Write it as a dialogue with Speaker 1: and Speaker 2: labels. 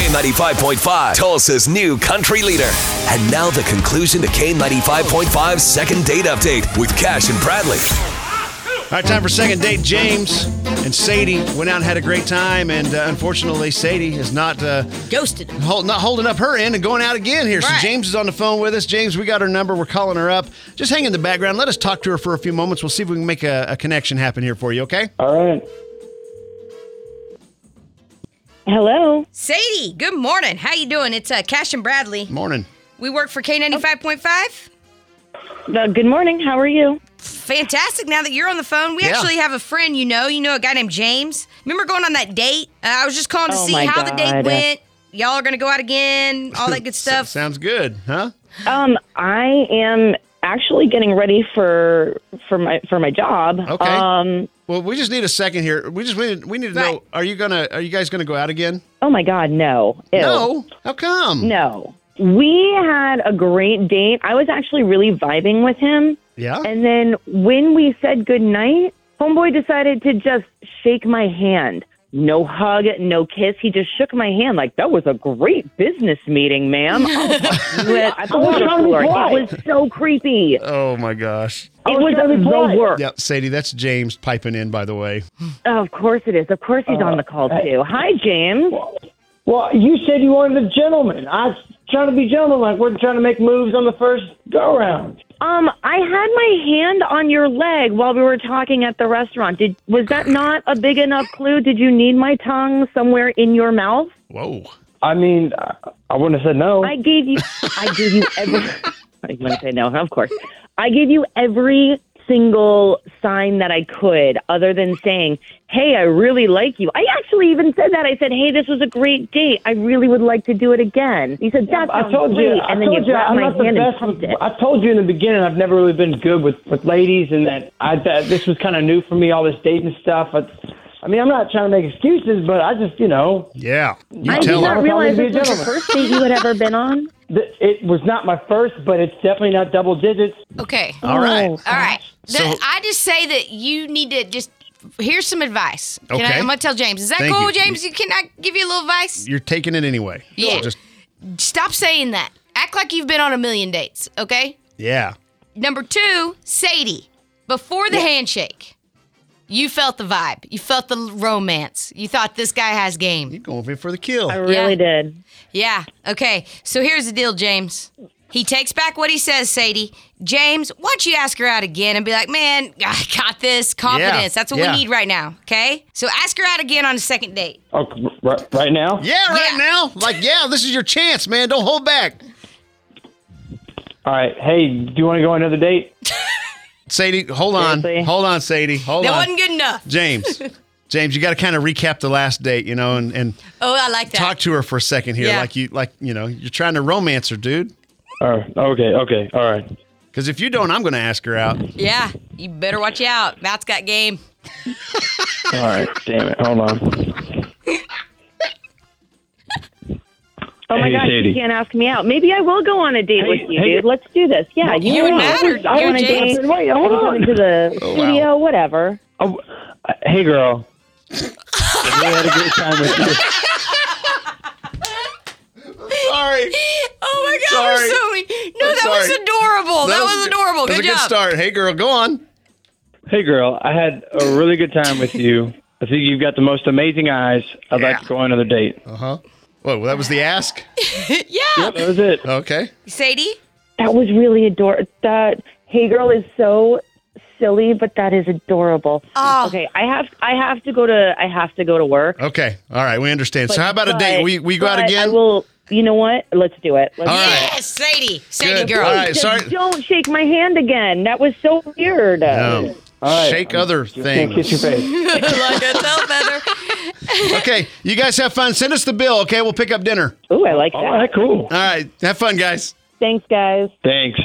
Speaker 1: K95.5, Tulsa's new country leader. And now the conclusion to K95.5's second date update with Cash and Bradley.
Speaker 2: All right, time for second date. James and Sadie went out and had a great time, and uh, unfortunately, Sadie is not uh,
Speaker 3: Ghosted him.
Speaker 2: hold, not holding up her end and going out again here.
Speaker 3: Right.
Speaker 2: So James is on the phone with us. James, we got her number. We're calling her up. Just hang in the background. Let us talk to her for a few moments. We'll see if we can make a, a connection happen here for you. Okay?
Speaker 4: All right. Hello.
Speaker 3: Sadie, good morning. How you doing? It's uh, Cash and Bradley.
Speaker 2: Morning.
Speaker 3: We work for K95.5.
Speaker 4: Uh, good morning. How are you?
Speaker 3: Fantastic. Now that you're on the phone, we
Speaker 2: Yeah.
Speaker 3: actually have a friend you know. You know a guy named James. Remember going on that date? Uh, I was just calling to
Speaker 4: Oh
Speaker 3: see
Speaker 4: my
Speaker 3: how the date
Speaker 4: God.
Speaker 3: went. Y'all are going to go out again, all that good
Speaker 2: So-
Speaker 3: stuff.
Speaker 2: sounds good, huh?
Speaker 4: Um, I am actually getting ready for for my for my job.
Speaker 2: Okay.
Speaker 4: Um,
Speaker 2: Well, we just need a second here. We just we need, we need to
Speaker 3: Right.
Speaker 2: know: Are you gonna? Are you guys gonna go out again?
Speaker 4: oh my God, no. Ew.
Speaker 2: No. How come?
Speaker 4: No. We had a great date. I was actually really vibing with him.
Speaker 2: Yeah.
Speaker 4: And then when we said goodnight, homeboy decided to just shake my hand. No hug, no kiss. He just shook my hand like that was a great business meeting, ma'am. I was on the floor. It was so creepy. It
Speaker 2: Oh my gosh.
Speaker 4: was the worst.
Speaker 2: Yeah, Sadie, that's James piping in. By the way.
Speaker 4: Oh, of course it is. Of course he's on the call too. Hi, James.
Speaker 5: Well, you said you wanted a gentleman. I was trying to be gentleman. We're trying to make moves on the first go round.
Speaker 4: Um, I had my hand on your leg while we were talking at the restaurant. Did was that not a big enough clue? Did you need my tongue somewhere in your mouth?
Speaker 2: Whoa.
Speaker 5: I mean, I, I wouldn't have said no.
Speaker 4: I gave you. I gave you every. I want to say no, of course. I gave you every single sign that I could, other than saying, "Hey, I really like you." I actually even said that. I said, "Hey, this was a great date. I really would like to do it again." You said, "That
Speaker 5: I
Speaker 4: sounds
Speaker 5: told
Speaker 4: great,"
Speaker 5: you. I
Speaker 4: and then you
Speaker 5: told you
Speaker 4: grabbed
Speaker 5: I'm
Speaker 4: my
Speaker 5: not the
Speaker 4: hand and
Speaker 5: best
Speaker 4: pumped
Speaker 5: with.
Speaker 4: it.
Speaker 5: I told you in the beginning I've never really been good with with ladies, and that I that this was kind of new for me, all this dating stuff. But I mean, I'm not trying to make excuses, but I just you know
Speaker 2: Yeah. You
Speaker 4: I
Speaker 2: tell
Speaker 4: did
Speaker 2: her.
Speaker 4: not
Speaker 5: him.
Speaker 4: realize
Speaker 5: Be a
Speaker 4: this was the
Speaker 5: gentleman.
Speaker 4: first date you had ever been on.
Speaker 5: th- it was not my first, but it's definitely not double digits.
Speaker 6: Okay. All
Speaker 2: All right.
Speaker 6: right. The-
Speaker 2: So-
Speaker 6: I just say that you need to just here's some advice. Can
Speaker 2: Okay.
Speaker 6: I, I'm gonna tell James. Is that
Speaker 2: Thank
Speaker 6: cool,
Speaker 2: you.
Speaker 6: James? You can I give you a little advice?
Speaker 2: You're taking it anyway.
Speaker 6: Yeah.
Speaker 2: Just
Speaker 6: Stop saying that. Act like you've been on a million dates. Okay.
Speaker 2: yeah.
Speaker 6: Number two, Sadie. Before the handshake, you felt the vibe. You felt the l- romance. You thought this guy has game.
Speaker 2: You're going for the kill.
Speaker 4: I really did.
Speaker 6: Yeah. Okay. So here's the deal, James. He takes back what he says, Sadie. James, why don't you ask her out again and be like, man, I got this confidence. That's what
Speaker 2: Yeah.
Speaker 6: we need right now. Okay. So ask her out again on a second date.
Speaker 5: Oh, r- right, right now.
Speaker 2: Yeah, right
Speaker 6: Yeah.
Speaker 2: now. Like, yeah, this is your chance, man. Don't hold back.
Speaker 5: All right. Hey, do you want to go on another date?
Speaker 2: Sadie, hold on.
Speaker 4: Seriously?
Speaker 2: Hold on, Sadie. Hold
Speaker 6: That
Speaker 2: on.
Speaker 6: wasn't good enough.
Speaker 2: James. James, you got to kind of recap the last date, you know, and, and
Speaker 6: Oh, I like that.
Speaker 2: talk to her for a second here.
Speaker 6: Yeah.
Speaker 2: Like you, like you know, you're trying to romance her, dude.
Speaker 5: All right. Okay. Okay. All right.
Speaker 2: Because if you don't, I'm going to ask her out.
Speaker 6: yeah. You better watch out. Matt's got game.
Speaker 5: All right, damn it. Hold on.
Speaker 4: Oh my
Speaker 5: Hey,
Speaker 4: gosh,
Speaker 5: Sadie.
Speaker 4: you can't ask me out. Maybe I will go on a date
Speaker 5: Hey,
Speaker 4: with you,
Speaker 5: hey.
Speaker 4: dude. Let's do this. Yeah, you,
Speaker 6: you
Speaker 4: know
Speaker 6: and
Speaker 4: what?
Speaker 6: Matt or-
Speaker 4: I
Speaker 6: you and
Speaker 4: want a
Speaker 6: James?
Speaker 4: date.
Speaker 5: Wait,
Speaker 4: I
Speaker 5: hold
Speaker 4: can come
Speaker 5: on.
Speaker 4: into the
Speaker 2: Oh, wow.
Speaker 4: studio, whatever.
Speaker 5: Oh, uh, hey, girl. we had a great time with you.
Speaker 2: Sorry.
Speaker 6: Oh my God. we're
Speaker 2: Sorry.
Speaker 6: so mean. No,
Speaker 2: I'm
Speaker 6: that was
Speaker 2: sorry.
Speaker 6: adorable. That, was, adorable.
Speaker 2: That was
Speaker 6: good
Speaker 2: a
Speaker 6: job.
Speaker 2: good start. Hey, girl, go on.
Speaker 5: Hey, girl. I had a really good time with you. I think you've got the most amazing eyes. I'd like to go on another date.
Speaker 2: Uh huh. Whoa, well, that was the ask.
Speaker 6: Yeah.
Speaker 5: Yep, that was it.
Speaker 2: Okay.
Speaker 6: Sadie,
Speaker 4: That was really adorable. That hey girl is so silly, but that is adorable.
Speaker 6: Oh.
Speaker 4: Okay, I have I have to go to I have to go to work.
Speaker 2: Okay. All right. We understand. so, how about a
Speaker 4: But-
Speaker 2: date? We we go out
Speaker 4: but
Speaker 2: again.
Speaker 4: I will. You know what? Let's do it. Let's
Speaker 2: All right.
Speaker 6: yes, Sadie, Sadie
Speaker 2: Good.
Speaker 6: girl.
Speaker 2: All right.
Speaker 4: Just
Speaker 2: Sorry.
Speaker 4: Don't shake my hand again. That was so weird.
Speaker 2: No.
Speaker 5: All right.
Speaker 2: Um, Shake other
Speaker 5: Can't kiss
Speaker 2: things.
Speaker 5: your face.
Speaker 6: like a tail feather.
Speaker 2: Okay. You guys have fun. Send us the bill. Okay. We'll pick up dinner.
Speaker 4: Ooh, I like
Speaker 5: All
Speaker 4: that.
Speaker 5: right, cool.
Speaker 2: All right. Have fun, guys.
Speaker 4: Thanks, guys.
Speaker 5: Thanks.